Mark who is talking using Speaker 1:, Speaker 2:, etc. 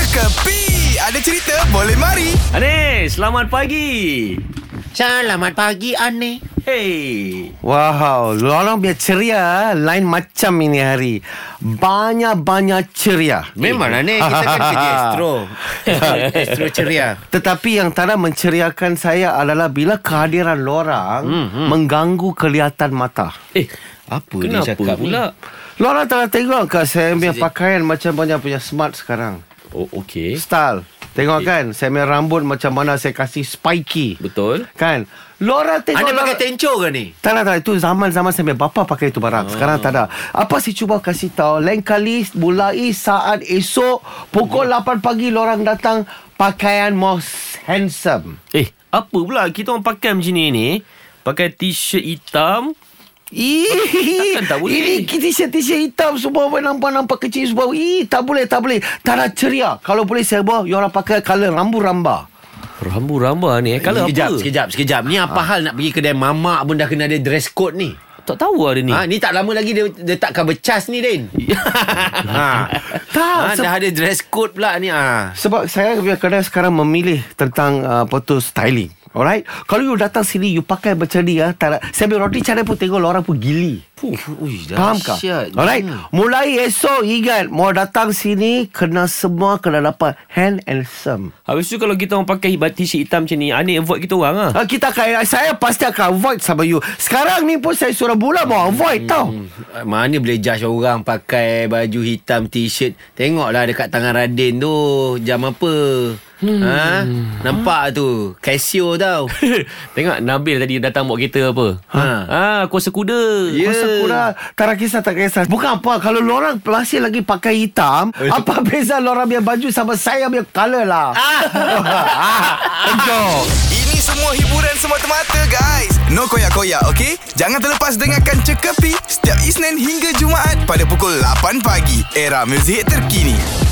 Speaker 1: Kepi Ada cerita boleh mari
Speaker 2: Anis, selamat pagi.
Speaker 3: Selamat pagi Ani.
Speaker 2: Hey.
Speaker 4: Wow, orang biar ceria lain macam ini hari. Banyak-banyak ceria.
Speaker 3: Memang Ani kita kan kerja astro. astro ceria.
Speaker 4: Tetapi yang tanda menceriakan saya adalah bila kehadiran lorang hmm, hmm. mengganggu kelihatan mata.
Speaker 2: Eh,
Speaker 3: Apa
Speaker 2: kenapa
Speaker 3: dia cakap ni?
Speaker 2: pula?
Speaker 4: Lorang tak nak tengok ke saya punya pakaian macam mana punya smart sekarang.
Speaker 2: Oh, okey.
Speaker 4: Style. Tengok kan, saya punya rambut macam mana saya kasih spiky.
Speaker 2: Betul.
Speaker 4: Kan? Lorang tengok...
Speaker 3: Ani pakai
Speaker 4: lorang-
Speaker 3: tenco ke ni?
Speaker 4: Tak lah, tak lah. Itu zaman-zaman saya punya bapa pakai itu barang. Sekarang tak ada. Apa sih cuba kasih tahu. Lain kali mulai saat esok pukul
Speaker 2: Ya.
Speaker 4: 8 pagi lorang datang pakaian most handsome.
Speaker 2: Eh, apa pula kita orang pakai macam ni ni? Pakai t-shirt hitam.
Speaker 4: Ih,
Speaker 2: Takkan tak boleh.
Speaker 4: ini t-shirt t-shirt hitam semua orang nampak-nampak kecil semua. Ih, tak boleh, tak boleh. Tak ada ceria. Kalau boleh saya bawa, orang pakai color rambu ramba.
Speaker 2: Rambu ramba ni eh. Kalau
Speaker 3: sekejap,
Speaker 2: apa?
Speaker 3: Sekejap, sekejap. Ni apa hal nak pergi kedai mamak pun dah kena ada dress code ni.
Speaker 2: Tak tahu ada ni.
Speaker 3: Ha, ni tak lama lagi dia letakkan becas ni, Din. ha.
Speaker 4: Tak,
Speaker 3: ha, dah ada dress code pula ni. Ha.
Speaker 4: Sebab saya punya kedai sekarang memilih tentang uh, foto styling. Alright? Kalau you datang sini, you pakai macam ni ya. Tak, nak- saya ambil roti cara pun tengok orang pun gili.
Speaker 3: Puh, ui,
Speaker 4: Faham kah?
Speaker 3: dahsyat.
Speaker 4: Alright?
Speaker 3: Hmm.
Speaker 4: Mulai esok, ingat. Mau datang sini, kena semua kena dapat hand and some.
Speaker 2: Habis tu kalau kita orang pakai t-shirt hitam macam ni, Anis avoid kita orang lah.
Speaker 4: Uh, kita akan, saya pasti akan avoid sama you. Sekarang ni pun saya suruh bulan mau avoid tau.
Speaker 3: Ah, Mana boleh judge orang pakai baju hitam t-shirt Tengoklah dekat tangan Radin tu Jam apa hmm. ha? Nampak tu Casio tau
Speaker 2: Eh, Tengok Nabil tadi datang bawa kereta apa.
Speaker 3: Ha.
Speaker 2: Ha, kuasa kuda.
Speaker 3: Ya.
Speaker 4: Yeah. Masa kurang Tak nak kisah tak kisah Bukan apa Kalau lorang masih lagi pakai hitam
Speaker 3: Eh.
Speaker 4: Apa beza lorang punya baju Sama saya punya colour lah
Speaker 3: Ah,
Speaker 1: Jom Ini semua hiburan semata-mata guys No koyak-koyak ok Jangan terlepas dengarkan Cekapi Setiap Isnin hingga Jumaat Pada pukul 8 pagi Era muzik terkini